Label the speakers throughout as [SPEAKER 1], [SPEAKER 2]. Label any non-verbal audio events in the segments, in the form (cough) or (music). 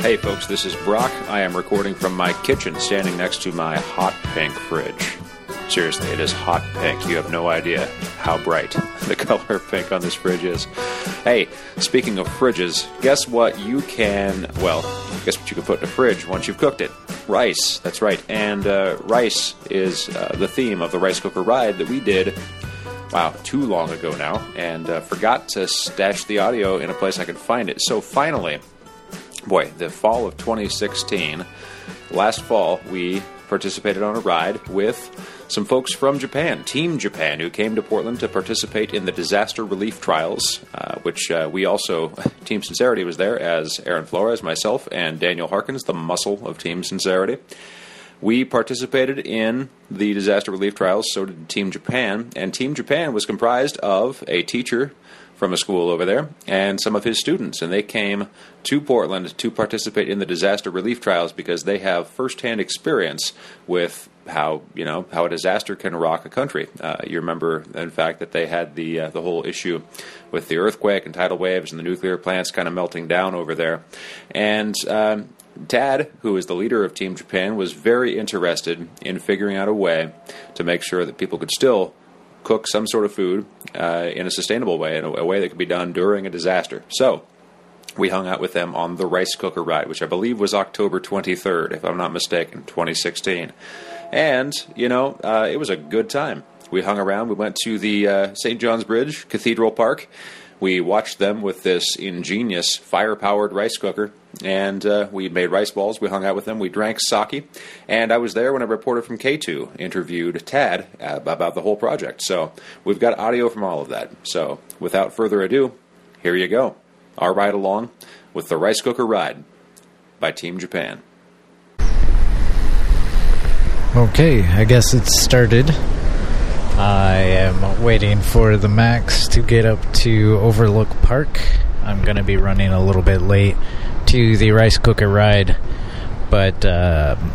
[SPEAKER 1] Hey, folks, this is Brock. I am recording from my kitchen, standing next to my hot pink fridge. Seriously, it is hot pink. You have no idea how bright (laughs) the color pink on this fridge is. Hey, speaking of fridges, guess what you can, well, guess what you can put in a fridge once you've cooked it? Rice. That's right. And uh, rice is uh, the theme of the rice cooker ride that we did wow, too long ago now, and uh, forgot to stash the audio in a place I could find it. So finally, boy, the fall of 2016, last fall, we participated on a ride with some folks from Japan, Team Japan, who came to Portland to participate in the disaster relief trials, uh, which uh, we also, Team Sincerity was there as Aaron Flores, myself, and Daniel Harkins, the muscle of Team Sincerity. We participated in the disaster relief trials, so did Team Japan. And Team Japan was comprised of a teacher from a school over there and some of his students. And they came to Portland to participate in the disaster relief trials because they have firsthand experience with how you know how a disaster can rock a country. Uh, you remember, in fact, that they had the uh, the whole issue with the earthquake and tidal waves and the nuclear plants kind of melting down over there. And um, Tad, who is the leader of Team Japan, was very interested in figuring out a way to make sure that people could still cook some sort of food uh, in a sustainable way, in a, a way that could be done during a disaster. So we hung out with them on the rice cooker ride, which I believe was October 23rd, if I'm not mistaken, 2016. And, you know, uh, it was a good time. We hung around, we went to the uh, St. John's Bridge Cathedral Park. We watched them with this ingenious fire powered rice cooker, and uh, we made rice balls. We hung out with them. We drank sake, and I was there when a reporter from K2 interviewed Tad uh, about the whole project. So we've got audio from all of that. So without further ado, here you go our ride along with the Rice Cooker Ride by Team Japan.
[SPEAKER 2] Okay, I guess it started. I am waiting for the max to get up to Overlook Park. I'm going to be running a little bit late to the rice cooker ride, but um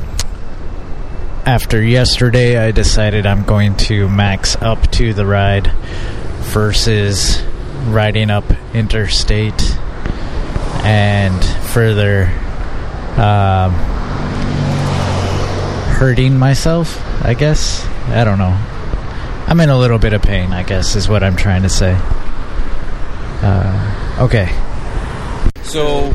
[SPEAKER 2] after yesterday, I decided I'm going to max up to the ride versus riding up interstate and further um, hurting myself, I guess. I don't know. I'm in a little bit of pain, I guess, is what I'm trying to say. Uh, okay.
[SPEAKER 3] So,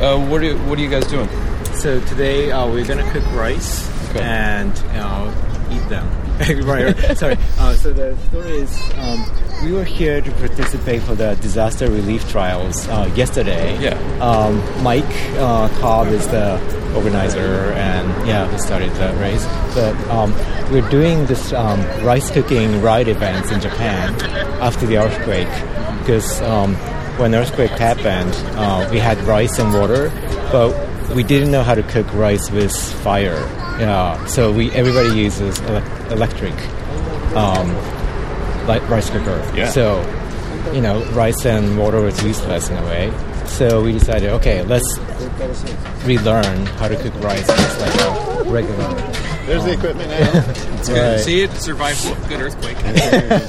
[SPEAKER 3] uh, what are what are you guys doing?
[SPEAKER 4] So today uh, we're gonna cook rice
[SPEAKER 3] Okay.
[SPEAKER 4] and uh, eat them. (laughs) right, right. Sorry. Uh, so the story is um, we were here to participate for the disaster relief trials uh, yesterday.
[SPEAKER 3] Yeah.
[SPEAKER 4] Um, Mike uh, Cobb is the organizer, and yeah, he started the race. But um, we're doing this um, rice cooking ride events in Japan after the earthquake because um, when earthquake happened, uh, we had rice and water, but we didn't know how to cook rice with fire. Yeah, so we everybody uses elec electric um, like rice cooker.
[SPEAKER 3] Yeah.
[SPEAKER 4] So you know, rice and water was useless in a way. So we decided, okay, let's relearn how to cook rice with like a regular.
[SPEAKER 5] There's the equipment now.
[SPEAKER 3] It's good.
[SPEAKER 4] Right.
[SPEAKER 3] See, it survived a good earthquake.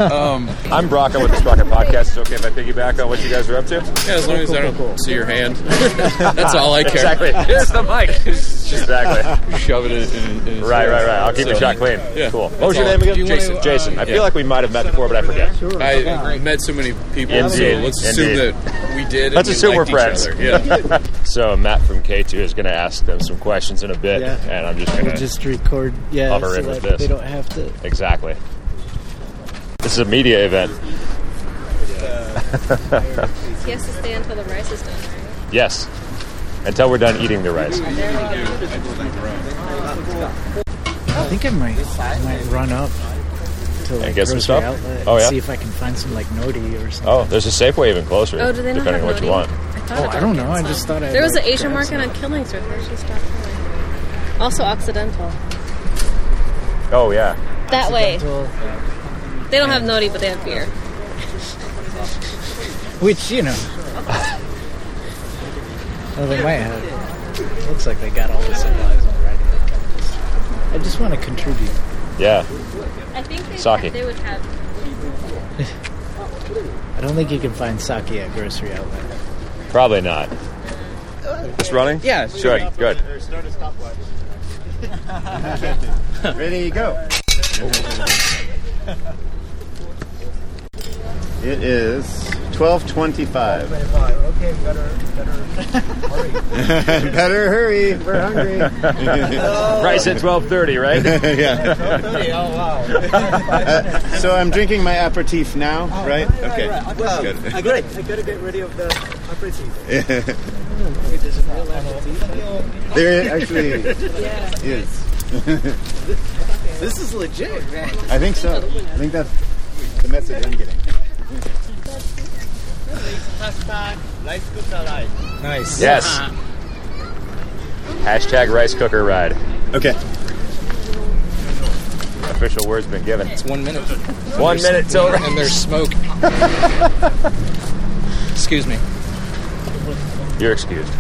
[SPEAKER 3] um,
[SPEAKER 1] I'm Brock. I'm with the Sprocket Podcast. It's okay if I piggyback on what you guys are up to?
[SPEAKER 3] yeah, as long as I don't see your
[SPEAKER 1] (laughs)
[SPEAKER 3] hand, that's all I care.
[SPEAKER 1] Exactly.
[SPEAKER 3] (laughs) It's the mic. It's just (laughs)
[SPEAKER 1] Exactly.
[SPEAKER 3] shoving it. In, in his
[SPEAKER 1] Right, right,
[SPEAKER 3] face.
[SPEAKER 1] right. I'll keep the
[SPEAKER 3] So-
[SPEAKER 1] shot clean.
[SPEAKER 3] Yeah.
[SPEAKER 1] Cool. What was your
[SPEAKER 3] That's
[SPEAKER 1] name
[SPEAKER 3] all.
[SPEAKER 1] again?
[SPEAKER 3] You wanna, uh,
[SPEAKER 1] Jason. I
[SPEAKER 3] yeah.
[SPEAKER 1] feel like we might have met before, but I forget.
[SPEAKER 3] I met so many people,
[SPEAKER 1] Indeed,
[SPEAKER 3] so let's assume
[SPEAKER 1] indeed.
[SPEAKER 3] that we did. and
[SPEAKER 1] Let's
[SPEAKER 3] we
[SPEAKER 1] assume
[SPEAKER 3] liked
[SPEAKER 1] we're
[SPEAKER 3] each
[SPEAKER 1] friends.
[SPEAKER 3] other.
[SPEAKER 1] (laughs)
[SPEAKER 3] Yeah.
[SPEAKER 1] So Matt from K2 is going to ask them some questions in a bit,
[SPEAKER 6] Yeah.
[SPEAKER 1] and I'm just going
[SPEAKER 6] We'll
[SPEAKER 1] to
[SPEAKER 6] just record, yeah,
[SPEAKER 1] hover
[SPEAKER 6] so
[SPEAKER 1] in with
[SPEAKER 6] that
[SPEAKER 1] this.
[SPEAKER 6] they don't have to.
[SPEAKER 1] exactly. This is a media event.
[SPEAKER 7] He has to stay until the rice is done, right?
[SPEAKER 1] Yes. Until we're done eating the rice.
[SPEAKER 6] I think I might, might run up to like
[SPEAKER 1] get some
[SPEAKER 6] grocery
[SPEAKER 1] stuff?
[SPEAKER 6] outlet
[SPEAKER 1] Oh,
[SPEAKER 6] and
[SPEAKER 1] yeah?
[SPEAKER 6] see if I can find some like nori or something.
[SPEAKER 1] Oh, there's a Safeway even closer,
[SPEAKER 7] Oh, do they not
[SPEAKER 1] depending on
[SPEAKER 7] have
[SPEAKER 1] what you want.
[SPEAKER 7] nori? I thought
[SPEAKER 6] Oh,
[SPEAKER 7] it
[SPEAKER 6] I don't
[SPEAKER 7] did.
[SPEAKER 6] know. I just thought I.
[SPEAKER 7] There was an Asian market on Killingsworth. Where she stopped going. Also Occidental.
[SPEAKER 1] Oh, yeah.
[SPEAKER 7] That way.
[SPEAKER 1] Oh.
[SPEAKER 7] They don't have nori, but they have beer.
[SPEAKER 6] which you know. well, they might have. Looks like they got all the supplies already. They kinda just- I just want to contribute.
[SPEAKER 1] Yeah.
[SPEAKER 7] I think they,
[SPEAKER 1] Sake.
[SPEAKER 7] they would have.
[SPEAKER 6] I don't think you can find sake at grocery outlet.
[SPEAKER 1] Probably not.
[SPEAKER 7] Uh,
[SPEAKER 6] It's running?
[SPEAKER 8] Yeah, it's
[SPEAKER 6] Sure, good.
[SPEAKER 9] There's not a stopwatch. Ready, go. It is 12:25. Okay, better, better hurry. (laughs) better hurry. We're hungry.
[SPEAKER 6] Rice at 12.30, right?
[SPEAKER 9] (laughs) yeah.
[SPEAKER 2] oh,
[SPEAKER 9] Uh, (laughs) so I'm drinking my aperitif now,
[SPEAKER 2] Oh,
[SPEAKER 9] right? Okay. Good.
[SPEAKER 2] Great. I gotta get rid of the aperitif.
[SPEAKER 9] There
[SPEAKER 2] (laughs)
[SPEAKER 9] actually is.
[SPEAKER 2] This is legit, man.
[SPEAKER 9] I think so. I think that's the message I'm getting.
[SPEAKER 4] Nice.
[SPEAKER 6] yes.
[SPEAKER 8] (laughs)
[SPEAKER 6] Hashtag rice cooker ride.
[SPEAKER 9] Okay.
[SPEAKER 6] Official word's been given.
[SPEAKER 8] It's one minute.
[SPEAKER 6] One minute till
[SPEAKER 8] And there's smoke.
[SPEAKER 6] (laughs)
[SPEAKER 8] Excuse me.
[SPEAKER 6] You're excused.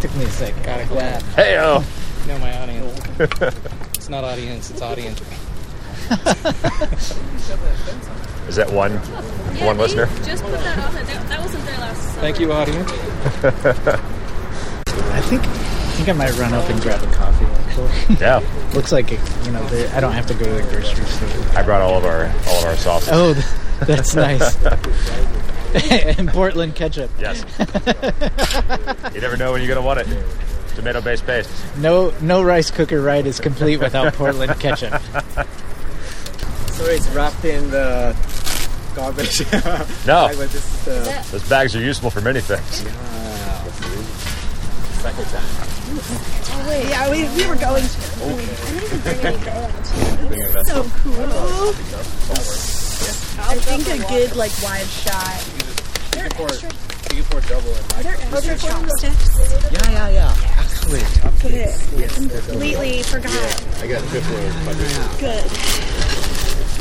[SPEAKER 2] Took me a second.
[SPEAKER 8] Gotta clap.
[SPEAKER 6] Hey, oh.
[SPEAKER 8] No, my
[SPEAKER 4] (laughs)
[SPEAKER 8] audience. it's not audience. It's audience.
[SPEAKER 6] Is that one one
[SPEAKER 7] they
[SPEAKER 6] listener?
[SPEAKER 7] Just put that on. That, that wasn't there last summer.
[SPEAKER 8] Thank you, audience.
[SPEAKER 2] I think I think I might run up and grab a coffee. Actually, (laughs)
[SPEAKER 6] Yeah.
[SPEAKER 2] looks like it, you know the, I don't have to go to the grocery store.
[SPEAKER 6] I brought all of our all of our sauces.
[SPEAKER 2] Oh, th- (laughs) that's nice. and Portland ketchup.
[SPEAKER 8] (laughs)
[SPEAKER 6] Yes. you never know when you're gonna want it. Tomato based paste.
[SPEAKER 2] No, no rice cooker ride is complete without Portland (laughs) ketchup.
[SPEAKER 4] So it's wrapped in the garbage. (laughs)
[SPEAKER 6] No.
[SPEAKER 4] Like, but this is the-
[SPEAKER 6] Those bags are useful for many things.
[SPEAKER 10] Yeah, we, we were going to. so cool. I think a good like wide shot. They're extra. They're extra chopsticks.
[SPEAKER 4] yeah, yeah, yeah. Actually,
[SPEAKER 10] Completely forgot. I got fifth Good.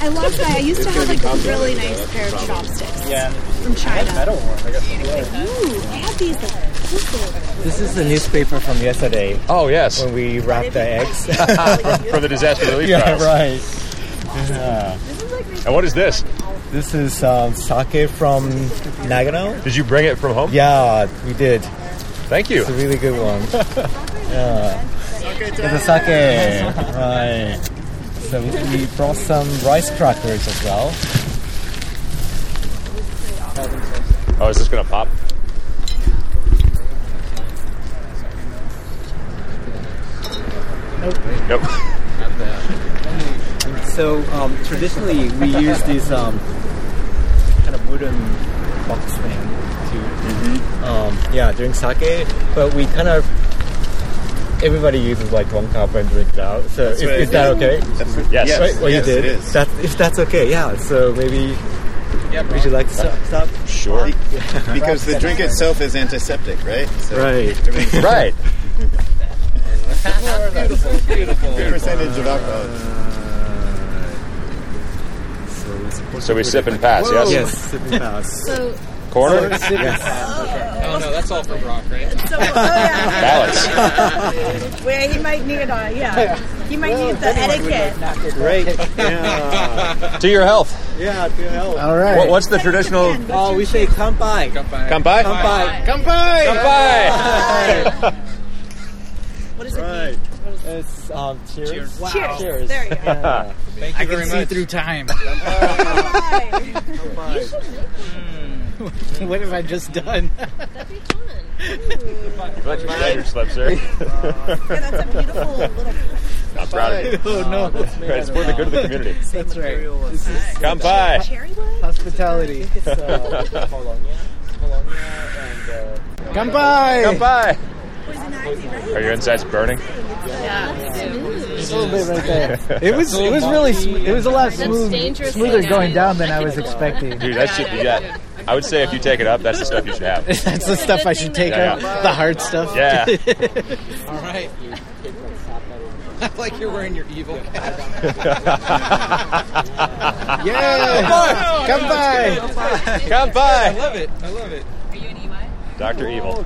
[SPEAKER 10] I love that. I used to have like a really nice pair of chopsticks. uh, Yeah. From China. metal one. Ooh, I have these. Like,
[SPEAKER 4] this is the newspaper from yesterday
[SPEAKER 6] Oh yes.
[SPEAKER 4] when we wrapped the eggs. (laughs)
[SPEAKER 6] For the disaster relief prize.
[SPEAKER 4] right. Yeah.
[SPEAKER 6] And what is this?
[SPEAKER 4] This is um, sake from Nagano.
[SPEAKER 6] Did you bring it from home?
[SPEAKER 4] Yeah, we did.
[SPEAKER 6] Thank you.
[SPEAKER 4] It's a really good one.
[SPEAKER 9] (laughs)
[SPEAKER 4] yeah. It's a sake. Right. So we brought some rice crackers as well.
[SPEAKER 6] Oh, is this gonna pop? Nope. Nope.
[SPEAKER 4] So um, traditionally we use this um, kind of wooden box thing to, um, yeah, drink sake. But we kind of everybody uses like one cup and drink it out. So is,
[SPEAKER 9] what I
[SPEAKER 4] is that okay?
[SPEAKER 9] That's
[SPEAKER 6] Yes.
[SPEAKER 4] Right? Well,
[SPEAKER 9] yes,
[SPEAKER 4] you did.
[SPEAKER 9] it is.
[SPEAKER 4] That, if that's okay, yeah. So maybe would you like to stop? stop?
[SPEAKER 6] Sure.
[SPEAKER 9] Because the drink itself is antiseptic, right? So
[SPEAKER 4] Right.
[SPEAKER 9] everything's-
[SPEAKER 6] right.
[SPEAKER 9] Percentage of alcohol.
[SPEAKER 6] Uh, So we sip and pass, yes?
[SPEAKER 4] Yes, sipping pass.
[SPEAKER 7] So
[SPEAKER 6] Corner?
[SPEAKER 8] Oh no, that's all for Brock, right?
[SPEAKER 10] so, oh yeah.
[SPEAKER 6] Balance.
[SPEAKER 10] Well, he might need a yeah. He might need the etiquette.
[SPEAKER 4] Great. Yeah.
[SPEAKER 6] to your health.
[SPEAKER 4] yeah, to hell.
[SPEAKER 9] All right.
[SPEAKER 6] What, what's the traditional
[SPEAKER 4] Oh, we say kanpai.
[SPEAKER 6] come by? Come
[SPEAKER 4] Kanpai.
[SPEAKER 9] Come by.
[SPEAKER 6] by.
[SPEAKER 10] What is it?
[SPEAKER 4] Right. It's um, cheers. Wow.
[SPEAKER 10] Cheers. There you go.
[SPEAKER 6] (laughs)
[SPEAKER 8] Thank you very
[SPEAKER 2] See
[SPEAKER 8] much.
[SPEAKER 2] through (laughs) time.
[SPEAKER 10] Bye.
[SPEAKER 2] (laughs) what have I just done?
[SPEAKER 7] that'd be (laughs) fun.
[SPEAKER 6] You let your shoulder slip, (laughs) sir.
[SPEAKER 10] Yeah, that's a beautiful little.
[SPEAKER 6] I'm proud of you.
[SPEAKER 2] Oh no,
[SPEAKER 6] It's for the good of the community.
[SPEAKER 2] that's right.
[SPEAKER 6] Come by.
[SPEAKER 10] Cherry wine?
[SPEAKER 2] Hospitality. Come by.
[SPEAKER 6] (laughs) Come by.
[SPEAKER 10] Poison ivy, right?
[SPEAKER 6] Are your insides burning?
[SPEAKER 2] It was it was really sm- it was a lot smooth,
[SPEAKER 7] dangerous.
[SPEAKER 2] smoother
[SPEAKER 7] Yeah.
[SPEAKER 2] going down than I was expecting.
[SPEAKER 6] Dude, that shit you got. I would say if you take it up, that's the stuff you should have.
[SPEAKER 2] That's the stuff I should take
[SPEAKER 6] Yeah,
[SPEAKER 2] out.
[SPEAKER 6] yeah.
[SPEAKER 2] The hard stuff.
[SPEAKER 6] Yeah.
[SPEAKER 8] (laughs) All right. (laughs) I like you're wearing your evil hat.
[SPEAKER 6] (laughs)
[SPEAKER 9] Yeah. Come by.
[SPEAKER 6] Come
[SPEAKER 8] I
[SPEAKER 6] by.
[SPEAKER 8] love it. I love it.
[SPEAKER 7] Are you an EY?
[SPEAKER 6] Dr.
[SPEAKER 10] You
[SPEAKER 6] Evil.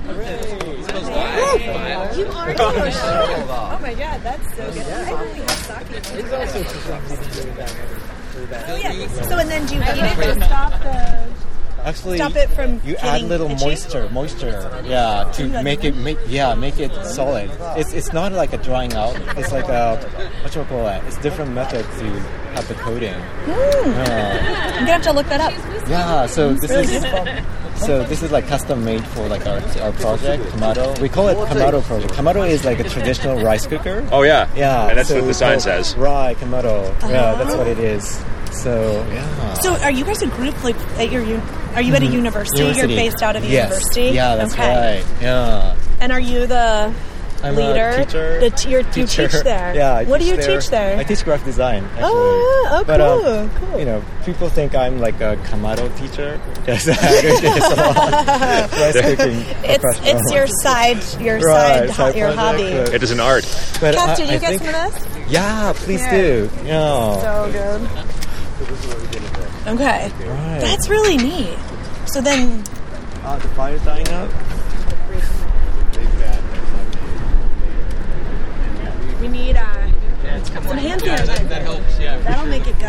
[SPEAKER 10] are Oh my god, that's so good. I really love sake. Oh, yeah. So, and then do you need to stop the.
[SPEAKER 4] Actually,
[SPEAKER 10] Stop it from
[SPEAKER 4] you add
[SPEAKER 10] getting
[SPEAKER 4] little
[SPEAKER 10] itchy?
[SPEAKER 4] moisture, moisture, yeah, to make it, make, yeah, make it solid. It's, it's not like a drying out. It's like a what you call it? It's different methods to have the coating. Yeah.
[SPEAKER 10] I'm gonna have to look that up.
[SPEAKER 4] Yeah, so
[SPEAKER 10] Mm,
[SPEAKER 4] this is so this is like custom made for like our, our project Kamado. We call it Kamado project. Kamado is like a traditional rice cooker.
[SPEAKER 6] Oh yeah,
[SPEAKER 4] Yeah,
[SPEAKER 6] And that's
[SPEAKER 4] so
[SPEAKER 6] what
[SPEAKER 4] we
[SPEAKER 6] the sign
[SPEAKER 4] call
[SPEAKER 6] says.
[SPEAKER 4] Rye Kamado. Yeah,
[SPEAKER 10] Uh-huh.
[SPEAKER 4] that's what it is. So yeah.
[SPEAKER 10] So, are you guys a group like at your? Un- are you at a university?
[SPEAKER 4] Mm-hmm. University.
[SPEAKER 10] You're based out of a
[SPEAKER 4] Yes.
[SPEAKER 10] university.
[SPEAKER 4] Yeah, that's
[SPEAKER 10] okay.
[SPEAKER 4] right. Yeah,
[SPEAKER 10] And are you the
[SPEAKER 4] I'm
[SPEAKER 10] leader?
[SPEAKER 4] a teacher.
[SPEAKER 10] The t- you're, you teach there.
[SPEAKER 4] (laughs) Yeah. I
[SPEAKER 10] what do
[SPEAKER 4] teach
[SPEAKER 10] you teach there?
[SPEAKER 4] I teach graphic design. Actually.
[SPEAKER 10] Oh, oh,
[SPEAKER 4] but, um,
[SPEAKER 10] cool, cool.
[SPEAKER 4] You know, people think I'm like a Kamado teacher. (laughs)
[SPEAKER 10] (laughs)
[SPEAKER 4] Yes, I do this a lot. Rice cooking.
[SPEAKER 10] it's
[SPEAKER 4] professional.
[SPEAKER 10] it's your side your
[SPEAKER 4] Right,
[SPEAKER 10] side, ho-
[SPEAKER 4] side
[SPEAKER 10] your hobby.
[SPEAKER 4] project,
[SPEAKER 6] It is an art.
[SPEAKER 4] But
[SPEAKER 10] Kath,
[SPEAKER 4] I-
[SPEAKER 10] did you
[SPEAKER 4] I
[SPEAKER 10] get
[SPEAKER 4] think-
[SPEAKER 10] some of this?
[SPEAKER 4] Yeah, please do. Yeah.
[SPEAKER 10] So good. Okay,
[SPEAKER 4] right.
[SPEAKER 10] that's really neat. So then,
[SPEAKER 4] uh, the fire's dying out.
[SPEAKER 10] We need uh, some hand sanitizer. That helps, yeah. That'll make (laughs) it go.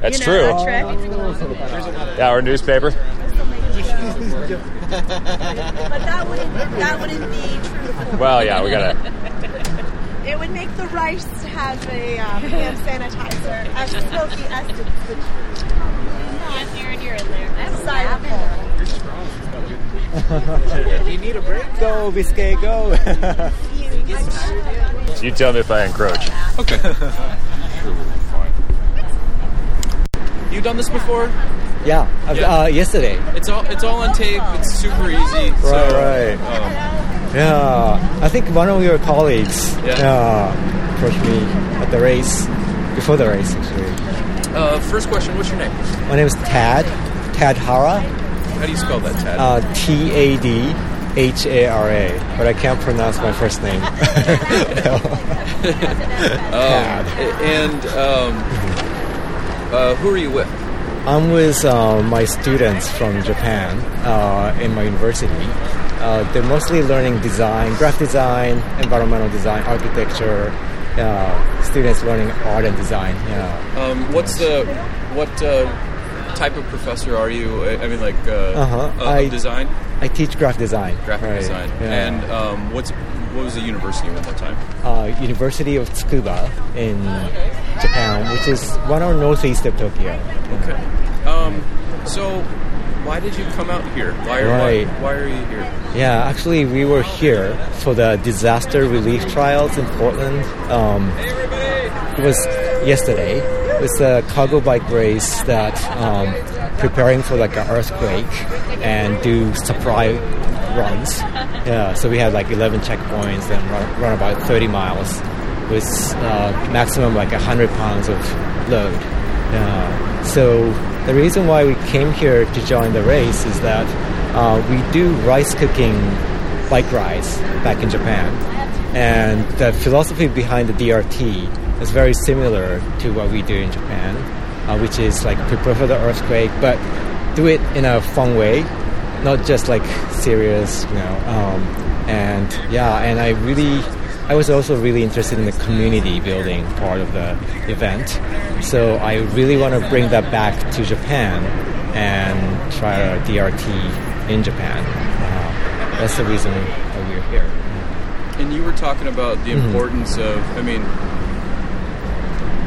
[SPEAKER 6] That's
[SPEAKER 10] You
[SPEAKER 6] true.
[SPEAKER 10] know, that (laughs) trick.
[SPEAKER 6] Yeah, our newspaper.
[SPEAKER 10] But that wouldn't, that wouldn't be truthful.
[SPEAKER 6] Well, yeah, we gotta.
[SPEAKER 10] It would make the rice have a um, hand sanitizer, a smoky essence, which
[SPEAKER 7] Yes, Aaron, you're in there.
[SPEAKER 10] is desirable.
[SPEAKER 4] Go, Biscay, go. (laughs)
[SPEAKER 6] You tell me if I encroach.
[SPEAKER 3] You done this before?
[SPEAKER 4] yeah, uh,
[SPEAKER 3] Yeah.
[SPEAKER 4] Uh, yesterday.
[SPEAKER 3] It's all it's all on tape. It's super easy.
[SPEAKER 4] Right,
[SPEAKER 3] so, um,
[SPEAKER 4] right. Yeah, I think one of your colleagues
[SPEAKER 3] Yeah.
[SPEAKER 4] yeah, approached me at the race, before the race actually.
[SPEAKER 3] Uh, first question. What's your name?
[SPEAKER 4] My name is Tad, Tad Hara,
[SPEAKER 3] How do you spell that, Ted?
[SPEAKER 4] uh, T A D H A R A, but I can't pronounce my first name. (laughs)
[SPEAKER 3] Oh. A- and um, uh, who are you with?
[SPEAKER 4] I'm with uh, my students from Japan uh, in my university. Uh, they're mostly learning design, graph design, environmental design, architecture. Uh, students learning art and design. Yeah.
[SPEAKER 3] Um, what's the what uh, type of professor are you? I I mean, like uh,
[SPEAKER 4] Uh-huh,
[SPEAKER 3] of- of
[SPEAKER 4] I-
[SPEAKER 3] design,
[SPEAKER 4] I teach graph design.
[SPEAKER 3] graphic
[SPEAKER 4] right,
[SPEAKER 3] design,
[SPEAKER 4] yeah.
[SPEAKER 3] and um, what's what was the university one that time?
[SPEAKER 4] uh, University of Tsukuba in Japan, which is one hour northeast of Tokyo.
[SPEAKER 3] Okay. Um, so, why did you come out here? Why are
[SPEAKER 4] Right.
[SPEAKER 3] why, why are you here?
[SPEAKER 4] Yeah, actually, we were here for the disaster relief trials in Portland. Um, it was yesterday. It was the cargo bike race that um, preparing for like an earthquake and do supply runs. Yeah, so we had like 11 checkpoints and run, run about 30 miles with uh, maximum like 100 pounds of load. Yeah. So the reason why we came here to join the race is that uh, we do rice cooking bike rides back in Japan. And the philosophy behind the DRT is very similar to what we do in Japan, uh, which is like prepare for the earthquake, but do it in a fun way, not just like serious, you know. Um, and yeah, and I really, I was also really interested in the community building part of the event. So I really want to bring that back to Japan and try a DRT in Japan. Uh, that's the reason that we're here.
[SPEAKER 3] And you were talking about the
[SPEAKER 4] Mm-hmm.
[SPEAKER 3] importance of. I mean,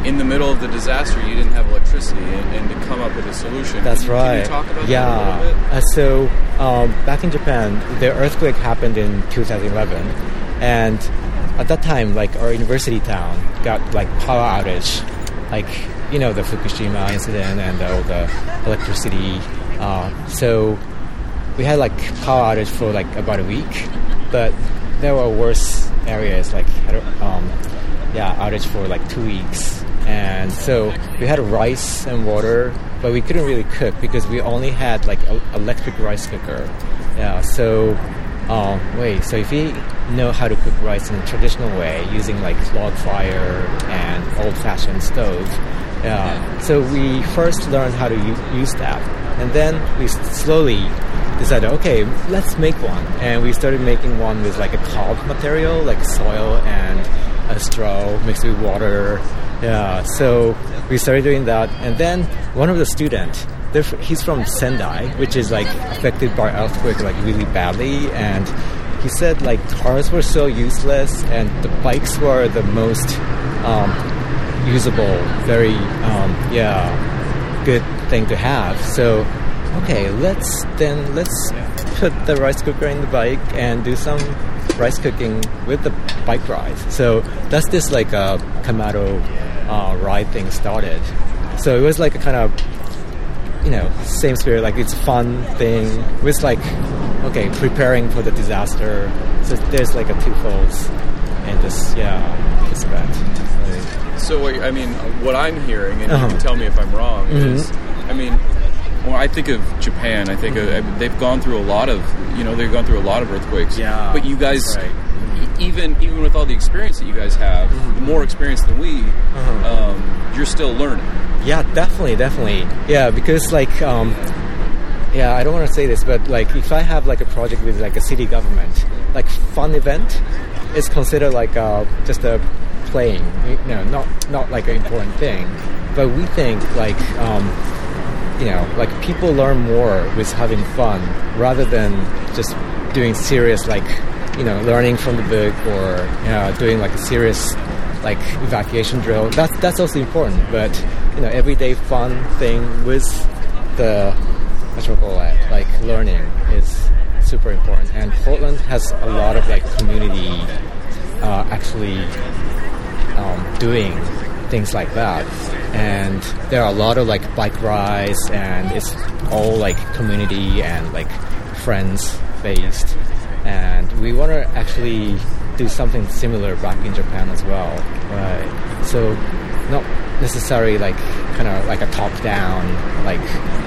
[SPEAKER 3] in the middle of the disaster, you didn't have electricity, and, and to come up with a solution.
[SPEAKER 4] That's
[SPEAKER 3] Can you-
[SPEAKER 4] right.
[SPEAKER 3] Can you talk about
[SPEAKER 4] yeah.
[SPEAKER 3] that a little bit?
[SPEAKER 4] Uh, so um, back in Japan, the earthquake happened in 2011, and at that time, like our university town got like power outage, like you know the Fukushima incident and all the electricity. Uh, so we had like power outage for like about a week, but there were worse areas like had a, um, yeah outage for like two weeks, and so we had rice and water, but we couldn't really cook because we only had like a, electric rice cooker. Yeah, so um, wait, so if you know how to cook rice in a traditional way using like log fire and old-fashioned stove, yeah. So we first learned how to u- use that, and then we s- slowly decided, okay, let's make one. And we started making one with like a cob material, like soil and a straw mixed with water, Yeah, so we started doing that, and then one of the student, they're f- he's from Sendai, which is like affected by earthquake like really badly, and he said like cars were so useless, and the bikes were the most um, usable, very um, yeah, good thing to have. So okay, let's then let's put the rice cooker in the bike and do some rice cooking with the bike ride. So that's this like a Kamado uh, ride thing started. So it was like a kind of you know same spirit, like it's fun thing. It was like okay, preparing for the disaster. So there's like a two folds in this yeah this event.
[SPEAKER 3] So what, I mean, what I'm hearing, and you
[SPEAKER 4] Uh-huh.
[SPEAKER 3] can tell me if I'm wrong, is
[SPEAKER 4] Mhm.
[SPEAKER 3] I mean, when I think of Japan, I think of, they've gone through a lot of you know they've gone through a lot of earthquakes.
[SPEAKER 4] Yeah,
[SPEAKER 3] but you guys.
[SPEAKER 4] that's right. Mm-hmm.
[SPEAKER 3] e- Even even with all the experience that you guys have, more experience than we,
[SPEAKER 4] Uh-huh.
[SPEAKER 3] um, you're still learning.
[SPEAKER 4] Yeah, definitely, definitely. Yeah, because like, um, yeah, I don't want to say this, but like, if I have like a project with like a city government, like fun event, is considered like uh, just a playing, you know, not not like an important thing. But we think like, um, you know, like people learn more with having fun rather than just doing serious like, you know, learning from the book or you know, doing like a serious like evacuation drill. That's that's also important, but you know, everyday fun thing with the what you call it, like learning is super important. And Portland has a lot of like community uh, actually um, doing things like that. And there are a lot of like bike rides, and it's all like community and like friends based. And we want to actually do something similar back in Japan as well. Right. So not necessarily like kind of like a top down like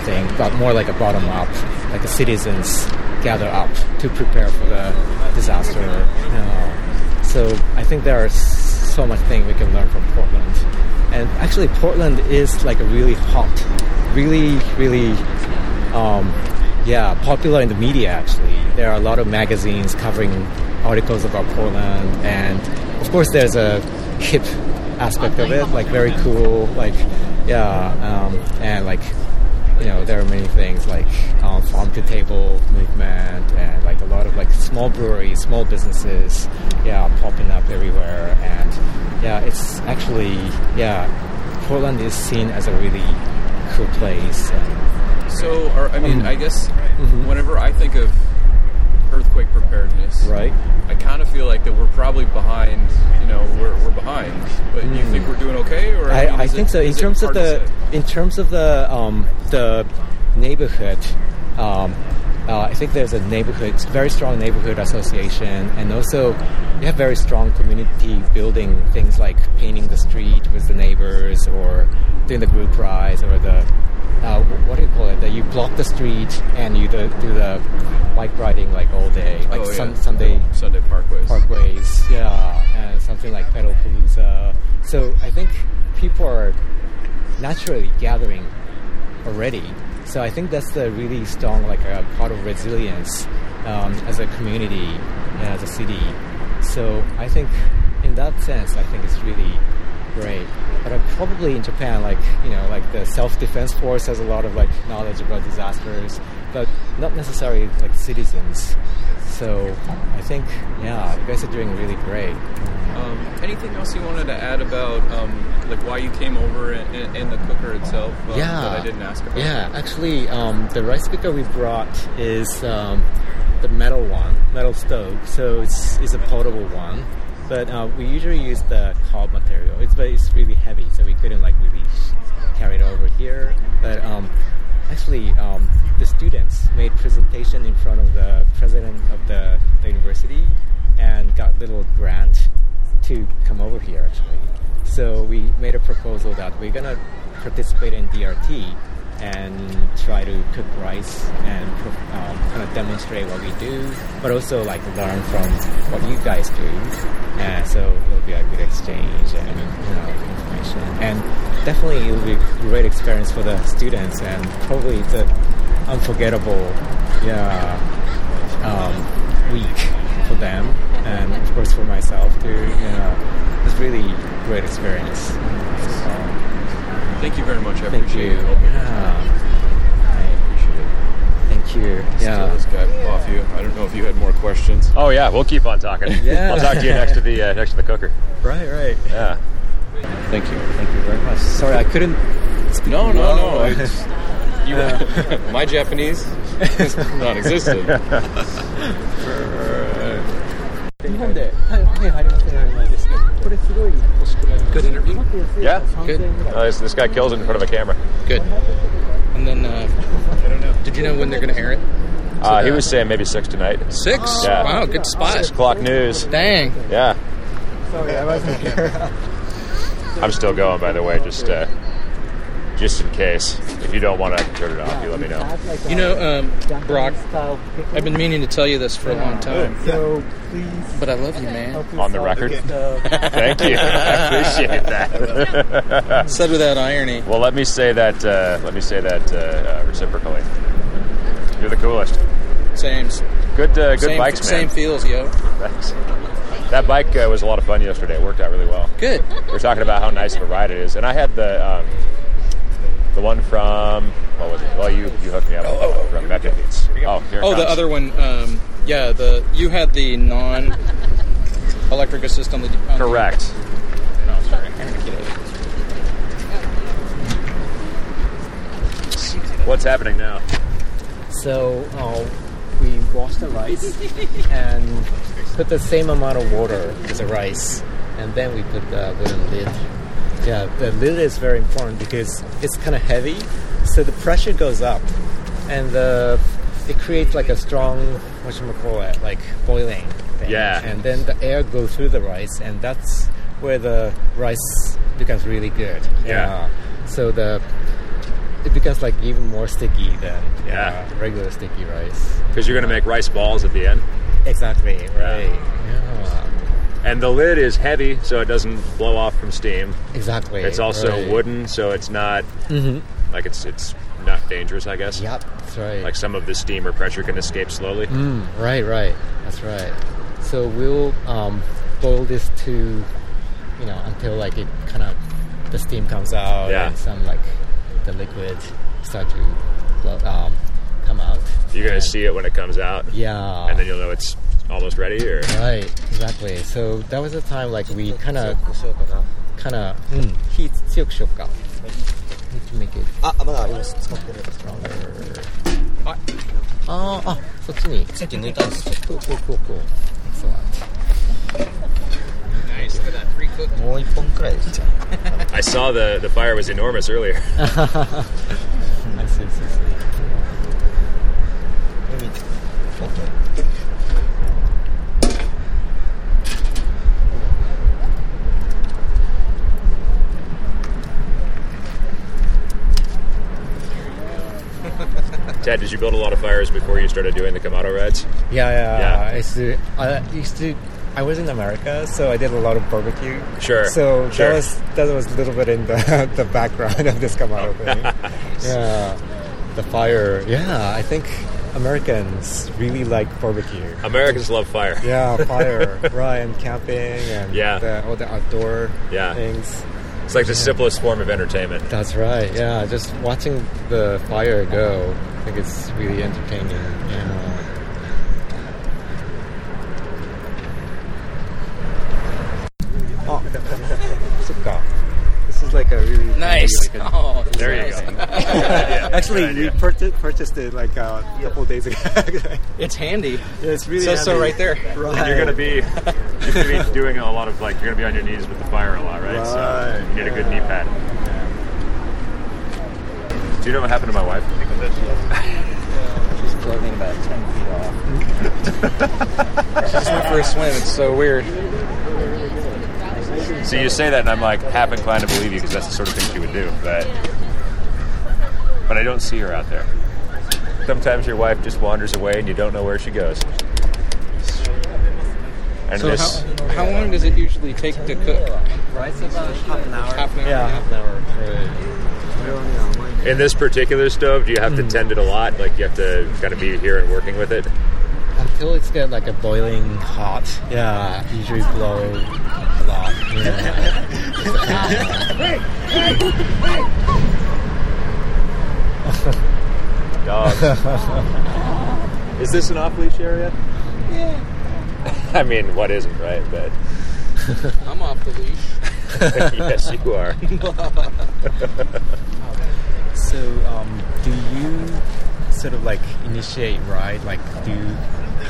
[SPEAKER 4] thing, but more like a bottom up, like the citizens gather up to prepare for the disaster. You know. So I think there are s- so much thing we can learn from Portland. And actually, Portland is like a really hot, really, really, um, yeah, popular in the media. Actually, there are a lot of magazines covering articles about Portland, and of course, there's a hip aspect of it, like very cool, like yeah, um, and like you know there are many things like um, farm to table movement and like a lot of like small breweries small businesses yeah popping up everywhere and yeah it's actually yeah portland is seen as a really cool place and,
[SPEAKER 3] So, or, I mean,
[SPEAKER 4] Mhm.
[SPEAKER 3] I guess
[SPEAKER 4] Mhm.
[SPEAKER 3] whenever I think of earthquake preparedness,
[SPEAKER 4] right
[SPEAKER 3] I kind of feel like that we're probably behind. You know, we're, we're behind. But you
[SPEAKER 4] Mm.
[SPEAKER 3] think we're doing okay? Or mean,
[SPEAKER 4] I, I
[SPEAKER 3] is
[SPEAKER 4] think
[SPEAKER 3] it-
[SPEAKER 4] so. In
[SPEAKER 3] is it
[SPEAKER 4] terms
[SPEAKER 3] hard
[SPEAKER 4] of
[SPEAKER 3] to
[SPEAKER 4] the
[SPEAKER 3] say?
[SPEAKER 4] in terms of the um, the neighborhood, um, uh, I think there's a neighborhood, very strong neighborhood association, and also you have very strong community building things like painting the street with the neighbors, or doing the group rides, or the uh, wh- what do you call it? That you block the street and you do, do the bike riding like all day, like
[SPEAKER 3] Oh, yeah.
[SPEAKER 4] sun, Sunday
[SPEAKER 3] Sunday parkways.
[SPEAKER 4] parkways, yeah, and something like Pedalpalooza. So I think people are naturally gathering already. So I think that's the really strong like uh, part of resilience um, as a community and as a city. So I think in that sense, I think it's really great. But uh, probably in Japan, like you know, like the self-defense force has a lot of like knowledge about disasters, but not necessarily like citizens. So I think yeah, you guys are doing really great.
[SPEAKER 3] Um, anything else you wanted to add about um, like why you came over and, and, and the cooker itself? um,
[SPEAKER 4] yeah.
[SPEAKER 3] that I didn't ask about.
[SPEAKER 4] Yeah, actually, um, the rice cooker we brought is um, the metal one, metal stove. So it's, it's a portable one, but uh, we usually use the cob material. It's but it's really heavy, so we couldn't like really carry it over here. But um, actually, um, the students made presentation in front of the president of the, the university and got little grant to come over here actually. So we made a proposal that we're gonna participate in DRT and try to cook rice and um, kind of demonstrate what we do, but also like learn from what you guys do. And so it'll be a good exchange and you know, information. And definitely it'll be a great experience for the students and probably it's an unforgettable, yeah, um, week for them and of course for myself too. You know, it's really great experience.
[SPEAKER 3] Thank you very much. I
[SPEAKER 4] Thank
[SPEAKER 3] appreciate
[SPEAKER 4] you.
[SPEAKER 3] it. Opening your time.
[SPEAKER 4] Yeah.
[SPEAKER 3] I appreciate it.
[SPEAKER 4] Thank you.
[SPEAKER 3] Steal
[SPEAKER 4] Yeah.
[SPEAKER 3] this guy off you. I don't know if you had more questions.
[SPEAKER 6] Oh yeah, we'll keep on talking.
[SPEAKER 4] (laughs) Yeah.
[SPEAKER 6] I'll talk to you next to the uh, next to the cooker.
[SPEAKER 4] Right, right.
[SPEAKER 6] Yeah.
[SPEAKER 4] Thank you. Thank you very much. Sorry, I couldn't.
[SPEAKER 3] No, no,
[SPEAKER 4] No.
[SPEAKER 3] no. It's, (laughs) you, (laughs) my Japanese is non-existent.
[SPEAKER 8] Good interview.
[SPEAKER 6] Yeah.
[SPEAKER 8] Good.
[SPEAKER 6] Uh, this, this guy kills it in front of a camera.
[SPEAKER 8] Good. (laughs) And then, uh, Did you know when they're going to air it?
[SPEAKER 6] Uh, he was saying maybe six tonight.
[SPEAKER 8] Six.
[SPEAKER 6] Yeah.
[SPEAKER 8] Wow, good spot.
[SPEAKER 6] Six o'clock news.
[SPEAKER 8] Dang.
[SPEAKER 6] Yeah. (laughs) I'm still going, by the way, just uh, just in case. If you don't want to turn it off, you let me know.
[SPEAKER 8] You know, um, Brock, I've been meaning to tell you this for a long time,
[SPEAKER 9] So
[SPEAKER 8] but I love you, man.
[SPEAKER 6] On the record. (laughs) Thank you. I appreciate that.
[SPEAKER 8] Said without irony.
[SPEAKER 6] well, let me say that. Uh, let me say that uh, uh, reciprocally. You're the coolest.
[SPEAKER 8] Same.
[SPEAKER 6] Good. Uh, good
[SPEAKER 8] same,
[SPEAKER 6] bikes,
[SPEAKER 8] Same
[SPEAKER 6] man.
[SPEAKER 8] feels, yo.
[SPEAKER 6] Thanks. That bike uh, was a lot of fun yesterday. It worked out really well.
[SPEAKER 8] Good.
[SPEAKER 6] We We're talking about how nice of a ride it is, and I had the um, the one from what was it? Well, you you hooked me up with the one from Mecca Beats. Oh, here it
[SPEAKER 8] Oh, the
[SPEAKER 6] comes.
[SPEAKER 8] other one. Um, yeah, the you had the non electric assist on the on the-
[SPEAKER 6] Correct.
[SPEAKER 8] no, sorry.
[SPEAKER 6] What's happening now?
[SPEAKER 4] So uh, we washed the rice and put the same amount of water to the rice, and then we put the wooden lid. Yeah, the lid is very important because it's kind of heavy, so the pressure goes up, and the it creates like a strong what you call it, like boiling. Thing.
[SPEAKER 6] Yeah.
[SPEAKER 4] and then the air goes through the rice, and that's where the rice becomes really good. Uh,
[SPEAKER 6] Yeah.
[SPEAKER 4] so the it becomes like even more sticky than
[SPEAKER 6] Yeah.
[SPEAKER 4] uh, regular sticky rice.
[SPEAKER 6] Because you're going to make rice balls at the end,
[SPEAKER 4] Exactly,
[SPEAKER 6] right.
[SPEAKER 4] right. Yeah.
[SPEAKER 6] and the lid is heavy, so it doesn't blow off from steam.
[SPEAKER 4] Exactly.
[SPEAKER 6] It's also
[SPEAKER 4] right.
[SPEAKER 6] wooden, so it's not
[SPEAKER 8] Mm-hmm.
[SPEAKER 6] like it's it's not dangerous, I guess.
[SPEAKER 4] Yep, that's right.
[SPEAKER 6] Like some of the steam or pressure can escape slowly.
[SPEAKER 8] Mm-hmm.
[SPEAKER 4] Mm, right, right. That's right. So we'll um, boil this to, you know, until like it kind of, the steam comes out
[SPEAKER 6] Yeah.
[SPEAKER 4] and some like the liquid start to flow- um, come out.
[SPEAKER 6] You're going
[SPEAKER 4] And-
[SPEAKER 6] to see it when it comes out,
[SPEAKER 4] Yeah.
[SPEAKER 6] and then you'll know it's almost ready. Or
[SPEAKER 4] Right, exactly. So that was the time like we kind of, kind of heat up. Need to make it
[SPEAKER 9] あ、まだあります。使ってる。
[SPEAKER 4] stronger. Ah, あーあ、そっちに。
[SPEAKER 9] さっき抜いたんです。
[SPEAKER 4] ah, Cool, cool, cool, cool. Excellent.
[SPEAKER 8] Nice. Look at that three foot.
[SPEAKER 9] もう一本くらいです。
[SPEAKER 6] I saw the the fire was enormous earlier. (laughs)
[SPEAKER 4] I see, see, see.
[SPEAKER 9] 海
[SPEAKER 6] Ted, did you build a lot of fires before you started doing the Kamado rides?
[SPEAKER 4] Yeah, yeah.
[SPEAKER 6] Yeah.
[SPEAKER 4] I used to, I used to, I was in America, so I did a lot of barbecue.
[SPEAKER 6] Sure,
[SPEAKER 4] So
[SPEAKER 6] sure.
[SPEAKER 4] that was that was a little bit in the (laughs) the background of this
[SPEAKER 6] (laughs)
[SPEAKER 4] Kamado thing. yeah, the fire. Yeah, I think Americans really like barbecue.
[SPEAKER 6] Americans love fire.
[SPEAKER 4] Yeah,
[SPEAKER 6] (laughs)
[SPEAKER 4] fire, right, and camping, and
[SPEAKER 6] Yeah.
[SPEAKER 4] the, all the outdoor
[SPEAKER 6] Yeah.
[SPEAKER 4] things.
[SPEAKER 6] It's like the simplest form of entertainment.
[SPEAKER 4] That's right. Yeah, just watching the fire go, I think it's really entertaining. Yeah. Oh, Suka. (laughs) This is like a really
[SPEAKER 8] Nice.
[SPEAKER 4] really good-
[SPEAKER 8] Oh,
[SPEAKER 6] There you
[SPEAKER 8] nice.
[SPEAKER 6] go. Good idea, good
[SPEAKER 4] Actually, we
[SPEAKER 6] idea.
[SPEAKER 4] purchased, purchased it like uh, a couple days ago. (laughs)
[SPEAKER 8] It's handy.
[SPEAKER 4] it's really
[SPEAKER 8] So, so
[SPEAKER 4] handy.
[SPEAKER 8] right there.
[SPEAKER 4] Right.
[SPEAKER 6] And you're gonna be
[SPEAKER 4] (laughs)
[SPEAKER 6] you're gonna be doing a lot of like you're gonna be on your knees with the fire a lot, right?
[SPEAKER 4] Right,
[SPEAKER 6] So you need a good knee pad. Do you know what happened to my wife?
[SPEAKER 9] She's floating about 10 feet off.
[SPEAKER 8] Just went for a swim. It's so weird.
[SPEAKER 6] So you say that, and I'm like half inclined to believe you because that's the sort of thing she would do, but but I don't see her out there. Sometimes your wife just wanders away, and you don't know where she goes. And
[SPEAKER 8] So
[SPEAKER 6] this,
[SPEAKER 8] how, how long does it usually take to cook?
[SPEAKER 9] Right, so about half an hour.
[SPEAKER 8] Half an hour.
[SPEAKER 4] Yeah, half an hour.
[SPEAKER 9] We're only on one day.
[SPEAKER 6] in
[SPEAKER 8] Hmm.
[SPEAKER 6] this particular stove, do you have to tend it a lot? Like you have to kind of be here and working with it.
[SPEAKER 4] I'm until it's get like a boiling hot. Yeah, usually blow a lot. (laughs)
[SPEAKER 8] (laughs)
[SPEAKER 6] Dogs. is this an off-leash area? Yeah. (laughs) I mean, what isn't, right? But (laughs)
[SPEAKER 8] I'm off the leash.
[SPEAKER 6] yes, you
[SPEAKER 8] (laughs)
[SPEAKER 6] are.
[SPEAKER 4] So, um, do you sort of like initiate ride? Like, do you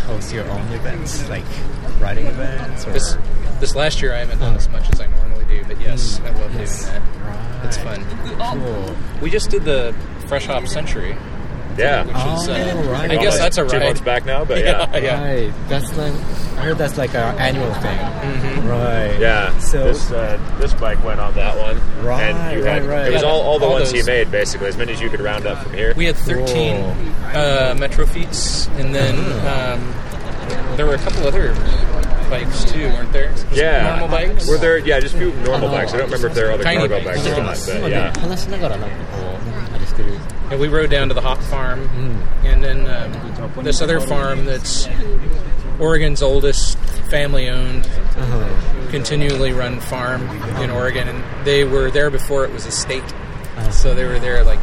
[SPEAKER 4] host your own events, like riding events? Or?
[SPEAKER 8] This this last year I haven't done as much as I normally do, but yes, I love
[SPEAKER 4] Yes.
[SPEAKER 8] doing that.
[SPEAKER 4] Right.
[SPEAKER 8] It's fun.
[SPEAKER 4] Cool.
[SPEAKER 8] We just did the Fresh Hop Century, which
[SPEAKER 6] Yeah.
[SPEAKER 8] is
[SPEAKER 4] Oh,
[SPEAKER 8] uh,
[SPEAKER 4] right.
[SPEAKER 8] I guess that's a
[SPEAKER 6] Two months
[SPEAKER 8] ride.
[SPEAKER 6] back now, but yeah.
[SPEAKER 8] (laughs) Yeah, yeah.
[SPEAKER 4] Right. That's like I heard that's like our annual thing. Right.
[SPEAKER 6] Yeah.
[SPEAKER 4] So-
[SPEAKER 6] this uh, this bike went on that one,
[SPEAKER 4] Right,
[SPEAKER 6] and you had
[SPEAKER 4] right, right.
[SPEAKER 6] it was all, all the
[SPEAKER 8] All
[SPEAKER 6] ones he
[SPEAKER 8] those.
[SPEAKER 6] made basically, as many as you could round up from here.
[SPEAKER 8] We had 13 uh, Metro Feats, and then
[SPEAKER 4] Mm-hmm.
[SPEAKER 8] um, there were a couple other bikes too, weren't there? Just
[SPEAKER 6] yeah,
[SPEAKER 8] normal bikes.
[SPEAKER 6] Were there? Yeah, just a few normal bikes. I don't remember if there were other
[SPEAKER 8] Tiny
[SPEAKER 6] cargo
[SPEAKER 8] bikes.
[SPEAKER 6] bikes or not, but yeah.
[SPEAKER 4] 話しながらなんかこう、あれしてる。
[SPEAKER 8] And we rode down to the Hop Farm,
[SPEAKER 6] Hmm.
[SPEAKER 8] and then um, this other farm that's Oregon's oldest family-owned,
[SPEAKER 6] Uh-huh.
[SPEAKER 8] continually run farm in Oregon, and they were there before it was a state.
[SPEAKER 6] Uh-huh.
[SPEAKER 8] So they were there like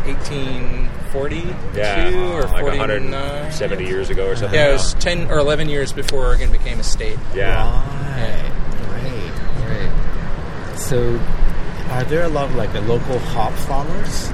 [SPEAKER 8] 1842
[SPEAKER 6] Yeah,
[SPEAKER 8] or
[SPEAKER 6] like
[SPEAKER 8] 49.
[SPEAKER 6] 170 years ago or something.
[SPEAKER 8] Yeah, it was 10 or 11 years before Oregon became a state.
[SPEAKER 6] Yeah.
[SPEAKER 8] Yeah.
[SPEAKER 4] Right, right. So, are there a lot of like the local hop farmers?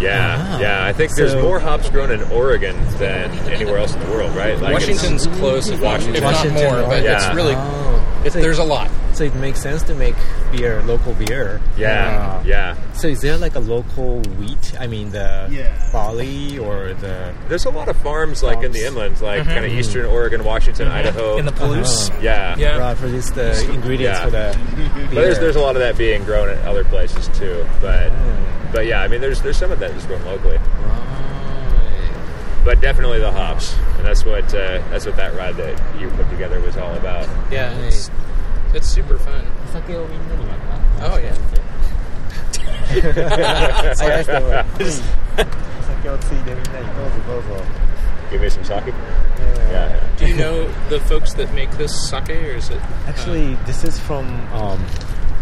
[SPEAKER 6] Yeah,
[SPEAKER 4] Wow.
[SPEAKER 6] yeah. I think there's
[SPEAKER 4] So-
[SPEAKER 6] more hops grown in Oregon than anywhere else in the world, right? Like it's-
[SPEAKER 8] Washington's close, if not, if not
[SPEAKER 4] Washington,
[SPEAKER 8] more, but
[SPEAKER 6] yeah.
[SPEAKER 8] it's really
[SPEAKER 4] Oh,
[SPEAKER 8] it,
[SPEAKER 4] so,
[SPEAKER 8] there's a lot.
[SPEAKER 4] so it makes sense to make beer, local beer.
[SPEAKER 6] Yeah,
[SPEAKER 4] Yeah.
[SPEAKER 6] yeah.
[SPEAKER 4] So is there like a local wheat? I mean, the
[SPEAKER 9] Yeah.
[SPEAKER 4] barley or the
[SPEAKER 6] There's a lot of farms like in the
[SPEAKER 4] Hops.
[SPEAKER 6] inlands, like kind of eastern Oregon, Washington, Idaho.
[SPEAKER 8] Mm-hmm. In the Palouse,
[SPEAKER 4] Uh-huh.
[SPEAKER 6] yeah,
[SPEAKER 8] Yeah.
[SPEAKER 4] right, for this the ingredients
[SPEAKER 6] yeah.
[SPEAKER 4] for the (laughs) beer?
[SPEAKER 6] But there's, there's a lot of that being grown in other places too. But but yeah, I mean there's there's some of that that's grown locally.
[SPEAKER 4] Right.
[SPEAKER 6] But definitely the hops, and that's what uh, that's what that ride that you put together was all about.
[SPEAKER 8] yeah, it's, it's super fun.
[SPEAKER 4] お酒をみんなにまた
[SPEAKER 8] Oh yeah,
[SPEAKER 4] I asked them, like, "お酒をついでみんなにどうぞどうぞ」
[SPEAKER 6] Give me some sake.
[SPEAKER 4] Yeah.
[SPEAKER 6] Yeah,
[SPEAKER 8] do you know the folks that make this sake, or is it
[SPEAKER 4] Actually, this is from um,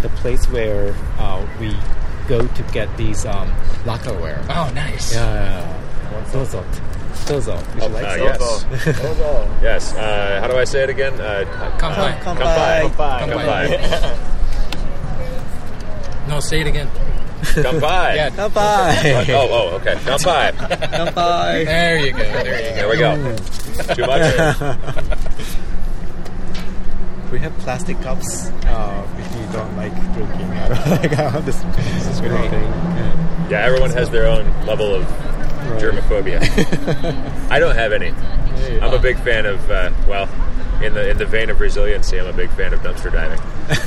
[SPEAKER 4] the place where uh, we go to get these um,
[SPEAKER 6] (laughs)
[SPEAKER 4] lacquerware.
[SPEAKER 8] Oh, nice.
[SPEAKER 4] Yeah. Dozo. Dozo. Would you
[SPEAKER 6] Oh,
[SPEAKER 4] like
[SPEAKER 6] uh,
[SPEAKER 4] some?
[SPEAKER 6] (laughs) yes, yes. Uh, how do I say it again? Uh,
[SPEAKER 8] Come by.
[SPEAKER 6] Come by.
[SPEAKER 9] Come
[SPEAKER 6] Come
[SPEAKER 8] by.
[SPEAKER 6] by.
[SPEAKER 8] No, say it again.
[SPEAKER 6] Come (laughs) by.
[SPEAKER 8] Yeah.
[SPEAKER 6] Oh,
[SPEAKER 4] Kanpai.
[SPEAKER 6] oh, okay. Come by.
[SPEAKER 8] There you go. There you go.
[SPEAKER 6] There we go. Too much.
[SPEAKER 4] We have plastic cups uh, if you don't like drinking. (laughs) I don't like how this, this is great.
[SPEAKER 6] Yeah, everyone has their own level of (laughs) germophobia. I don't have any. I'm a big fan of uh, well, in the in the vein of resiliency, I'm a big fan of dumpster (laughs) diving.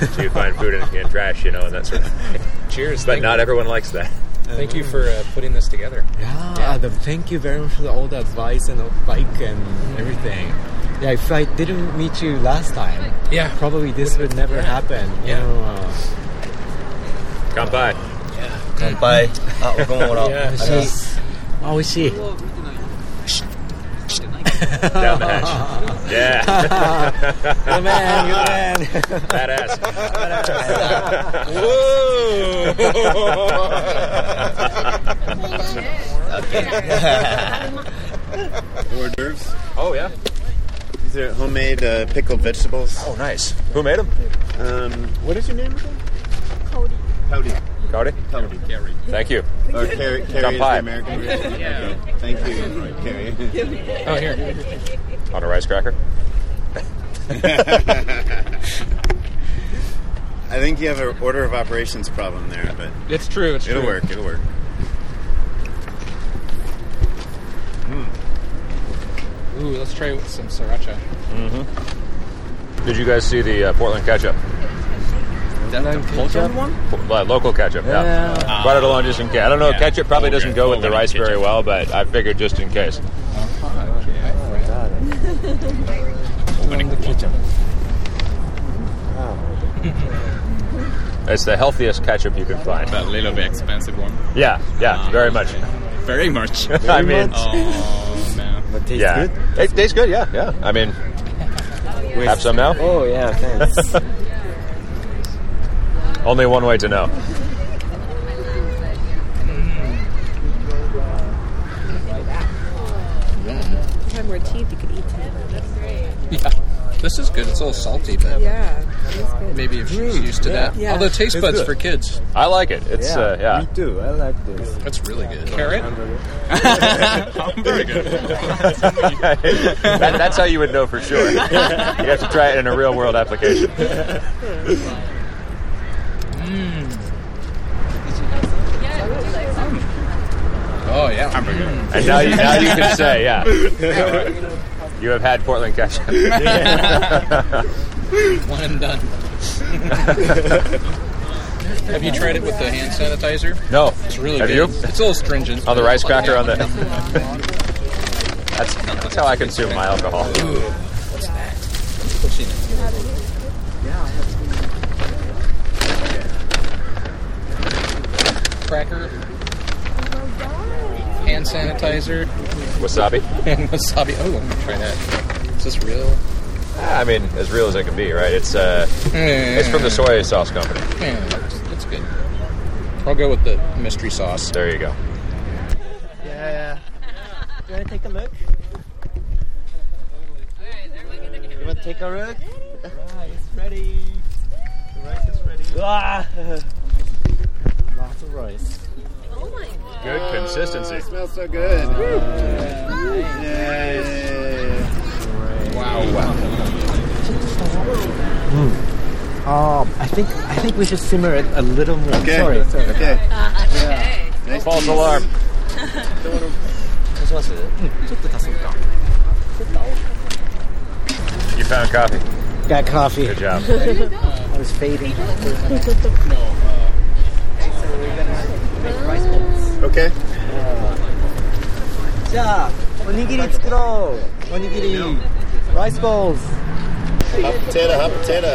[SPEAKER 6] so you find food in, in trash, you know, and that sort of. Thing.
[SPEAKER 8] Cheers.
[SPEAKER 6] But
[SPEAKER 8] thank,
[SPEAKER 6] not everyone likes that.
[SPEAKER 8] Thank you for uh, putting this together.
[SPEAKER 4] Yeah, the- thank you very much for all the advice and all the bike and everything. Yeah, if I didn't meet you last time,
[SPEAKER 8] Yeah.
[SPEAKER 4] probably this would never happen. you
[SPEAKER 8] Yeah.
[SPEAKER 4] know, uh,
[SPEAKER 6] Come by.
[SPEAKER 9] 乾杯。あ、おこんもらおう。
[SPEAKER 8] Yeah.
[SPEAKER 4] Oh,
[SPEAKER 6] Down the (laughs) hatch. Yeah.
[SPEAKER 4] You're the man,
[SPEAKER 8] (laughs)
[SPEAKER 4] you're the man.
[SPEAKER 6] Badass. (laughs)
[SPEAKER 9] Hors d'oeuvres.
[SPEAKER 6] Oh, yeah.
[SPEAKER 9] These are homemade uh, pickled vegetables.
[SPEAKER 6] Oh, nice. Who made them?
[SPEAKER 9] Um, what is your name again? Cody.
[SPEAKER 6] Cody?
[SPEAKER 9] Cody. Cody.
[SPEAKER 6] Thank you.
[SPEAKER 9] Or Carrie, Carrie is
[SPEAKER 6] Kanpai.
[SPEAKER 9] the American (laughs) version. Okay. Thank you, Carrie.
[SPEAKER 8] Oh, here.
[SPEAKER 6] On a rice cracker?
[SPEAKER 9] I think you have an order of operations problem there, but
[SPEAKER 8] It's true. It's
[SPEAKER 9] it'll
[SPEAKER 8] true.
[SPEAKER 9] work. It'll work.
[SPEAKER 8] Ooh, let's try some sriracha.
[SPEAKER 6] Did you guys see the uh, Portland ketchup?
[SPEAKER 3] Culture one?
[SPEAKER 6] Po- uh, local ketchup, yeah. Brought it along just in case. I don't know, ketchup probably doesn't go with the rice very well, but I figured just
[SPEAKER 3] (laughs)
[SPEAKER 6] in case. It's the healthiest ketchup you can find.
[SPEAKER 3] That little bit expensive one.
[SPEAKER 6] Yeah, yeah, very much.
[SPEAKER 3] Ah. Very much.
[SPEAKER 8] (laughs)
[SPEAKER 6] I mean,
[SPEAKER 3] oh man.
[SPEAKER 9] But tastes
[SPEAKER 4] Oh,
[SPEAKER 6] yeah, it tastes good. Yeah, yeah. I mean,
[SPEAKER 4] With-
[SPEAKER 6] Have some now?
[SPEAKER 4] Oh yeah, thanks.
[SPEAKER 6] (laughs) Only one way to know.
[SPEAKER 11] If you had more teeth, you could eat
[SPEAKER 8] Yeah. This is good. It's a little salty, but
[SPEAKER 11] Yeah. It's good.
[SPEAKER 8] maybe if she's used to that.
[SPEAKER 11] Yeah.
[SPEAKER 8] Although taste
[SPEAKER 9] It's
[SPEAKER 8] buds
[SPEAKER 9] good.
[SPEAKER 8] for kids,
[SPEAKER 6] I like it. It's yeah. Uh,
[SPEAKER 8] (laughs)
[SPEAKER 6] yeah.
[SPEAKER 9] Me too. I like this.
[SPEAKER 8] that's really good. Carrot.
[SPEAKER 6] that, that's how you would know for
[SPEAKER 8] (laughs)
[SPEAKER 6] sure. you have to try it in a real world application.
[SPEAKER 8] Oh yeah.
[SPEAKER 6] And now you, now you can say,
[SPEAKER 8] (laughs)
[SPEAKER 6] yeah. You have had Portland ketchup.
[SPEAKER 8] One and done. Have you tried it with the hand sanitizer?
[SPEAKER 6] (laughs) No.
[SPEAKER 8] It's really
[SPEAKER 6] Have
[SPEAKER 8] good.
[SPEAKER 6] you?
[SPEAKER 8] It's a little stringent.
[SPEAKER 6] On the rice cracker on the. That's, that's how I consume my alcohol.
[SPEAKER 8] cracker, hand sanitizer,
[SPEAKER 6] Wasabi?
[SPEAKER 8] and wasabi. Oh, let me try that. Is this real?
[SPEAKER 6] I mean, as real as it can be, right? It's uh, it's from the
[SPEAKER 8] Mm.
[SPEAKER 6] soy sauce company.
[SPEAKER 8] Yeah, it's, it's good. I'll go with the mystery sauce.
[SPEAKER 6] There you go.
[SPEAKER 2] Yeah. You want to take a look? You want to take a look?
[SPEAKER 4] It's ready. The rice is ready.
[SPEAKER 2] Ah!
[SPEAKER 4] Lots of rice.
[SPEAKER 6] Good consistency.
[SPEAKER 9] smells so good. Uh, Yay.
[SPEAKER 8] Wow, wow.
[SPEAKER 4] Um, I think I think we should simmer it a little more.
[SPEAKER 9] Okay.
[SPEAKER 4] Sorry, sorry.
[SPEAKER 9] Okay. Nice
[SPEAKER 6] False
[SPEAKER 9] to meet
[SPEAKER 6] alarm. ちょっと足そうか。You found coffee.
[SPEAKER 4] Got coffee.
[SPEAKER 6] Good job.
[SPEAKER 2] I was fading.
[SPEAKER 9] you. Okay.
[SPEAKER 2] Yeah. Onigiri 作ろう. Onigiri.
[SPEAKER 4] Rice balls.
[SPEAKER 9] Hot potato, hot potato.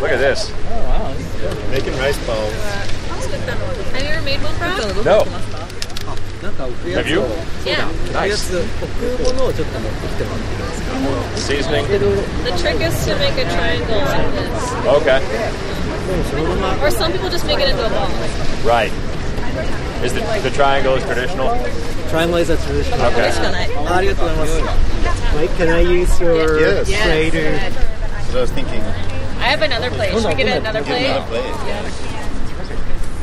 [SPEAKER 6] Look at this.
[SPEAKER 9] Making rice balls.
[SPEAKER 7] Have you ever made one, Rob?
[SPEAKER 6] No. Have you?
[SPEAKER 7] Yeah.
[SPEAKER 6] Nice. Seasoning.
[SPEAKER 7] The trick is to make a triangle like this.
[SPEAKER 6] Okay.
[SPEAKER 7] Or some people just make it into a ball.
[SPEAKER 6] Right. Is the, the triangle is traditional?
[SPEAKER 2] Triangle is a traditional.
[SPEAKER 6] Okay.
[SPEAKER 4] Like, can I use your
[SPEAKER 9] Yes. Yes.
[SPEAKER 4] tray to-
[SPEAKER 9] That's what I was thinking.
[SPEAKER 7] I have another
[SPEAKER 4] Oh,
[SPEAKER 7] plate. Should we get another plate?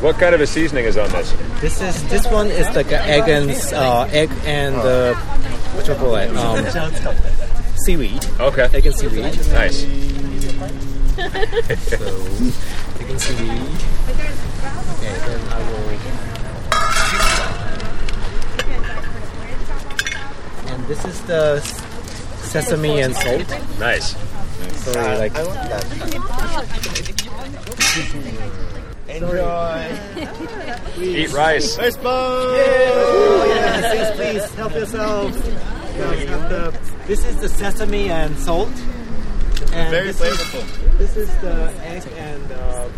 [SPEAKER 6] What kind of a seasoning is on this?
[SPEAKER 4] This is this one is the egg and uh, egg and uh, what you call it? Um, seaweed.
[SPEAKER 6] Okay.
[SPEAKER 4] Egg and seaweed.
[SPEAKER 6] Nice.
[SPEAKER 4] Egg and seaweed. And then I will. And this is the s- sesame and salt.
[SPEAKER 6] Nice.
[SPEAKER 4] Sorry, like
[SPEAKER 6] Eat rice.
[SPEAKER 9] Rice balls.
[SPEAKER 4] yes, please, please help yourself. Guys, have the- This is the sesame and salt. And
[SPEAKER 9] Very
[SPEAKER 4] this is-
[SPEAKER 9] flavorful.
[SPEAKER 4] This is the egg and uh,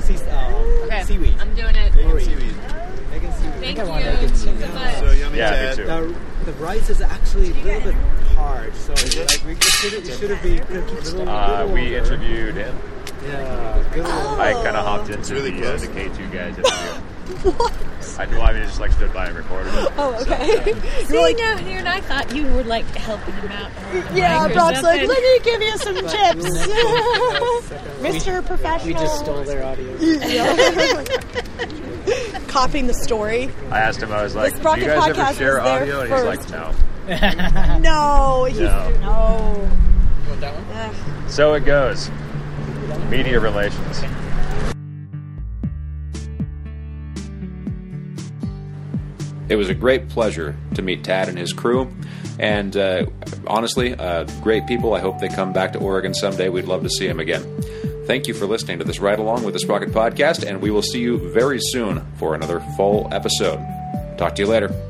[SPEAKER 4] sea, uh, seaweed.
[SPEAKER 7] I'm doing it.
[SPEAKER 4] Sorry. Egg and seaweed.
[SPEAKER 7] Thank you. so
[SPEAKER 9] So
[SPEAKER 7] much.
[SPEAKER 9] yummy
[SPEAKER 6] Yeah,
[SPEAKER 9] to
[SPEAKER 6] me
[SPEAKER 9] add.
[SPEAKER 6] too.
[SPEAKER 4] The, the rice is actually a little bit hard, so like we should it should have been good. Little,
[SPEAKER 6] Uh,
[SPEAKER 4] little
[SPEAKER 6] we
[SPEAKER 4] longer.
[SPEAKER 6] interviewed him.
[SPEAKER 4] Yeah, good. little-
[SPEAKER 11] Oh,
[SPEAKER 6] I kind of hopped into
[SPEAKER 9] really
[SPEAKER 6] the, uh,
[SPEAKER 9] close.
[SPEAKER 6] the
[SPEAKER 11] (laughs)
[SPEAKER 6] K2 guys. What? I know. I mean, just like stood by and recorded it.
[SPEAKER 11] Oh,
[SPEAKER 10] (laughs)
[SPEAKER 11] okay.
[SPEAKER 7] See, no, here and I thought you were like helping him out.
[SPEAKER 11] yeah,
[SPEAKER 7] Mike or
[SPEAKER 11] Brock's like,
[SPEAKER 7] something.
[SPEAKER 11] let me give
[SPEAKER 8] (laughs)
[SPEAKER 11] you some chips. (laughs) Mr. Professional.
[SPEAKER 2] We just stole their audio.
[SPEAKER 11] (laughs)
[SPEAKER 8] (laughs)
[SPEAKER 11] Copying the story.
[SPEAKER 6] I asked him. I was like,
[SPEAKER 11] This
[SPEAKER 6] "Do
[SPEAKER 11] Rocket
[SPEAKER 6] you guys
[SPEAKER 11] Podcast
[SPEAKER 6] ever
[SPEAKER 11] was
[SPEAKER 6] share
[SPEAKER 11] there
[SPEAKER 6] audio?" And he's like,
[SPEAKER 11] first.
[SPEAKER 6] "No."
[SPEAKER 11] No, he's
[SPEAKER 6] No.
[SPEAKER 11] no.
[SPEAKER 8] You want that one?
[SPEAKER 6] So it goes. Media relations.
[SPEAKER 1] It was a great pleasure to meet Tad and his crew. And uh, honestly, uh, great people. I hope they come back to Oregon someday. We'd love to see them again. Thank you for listening to this ride along with the Sprocket Podcast, and we will see you very soon for another full episode. Talk to you later.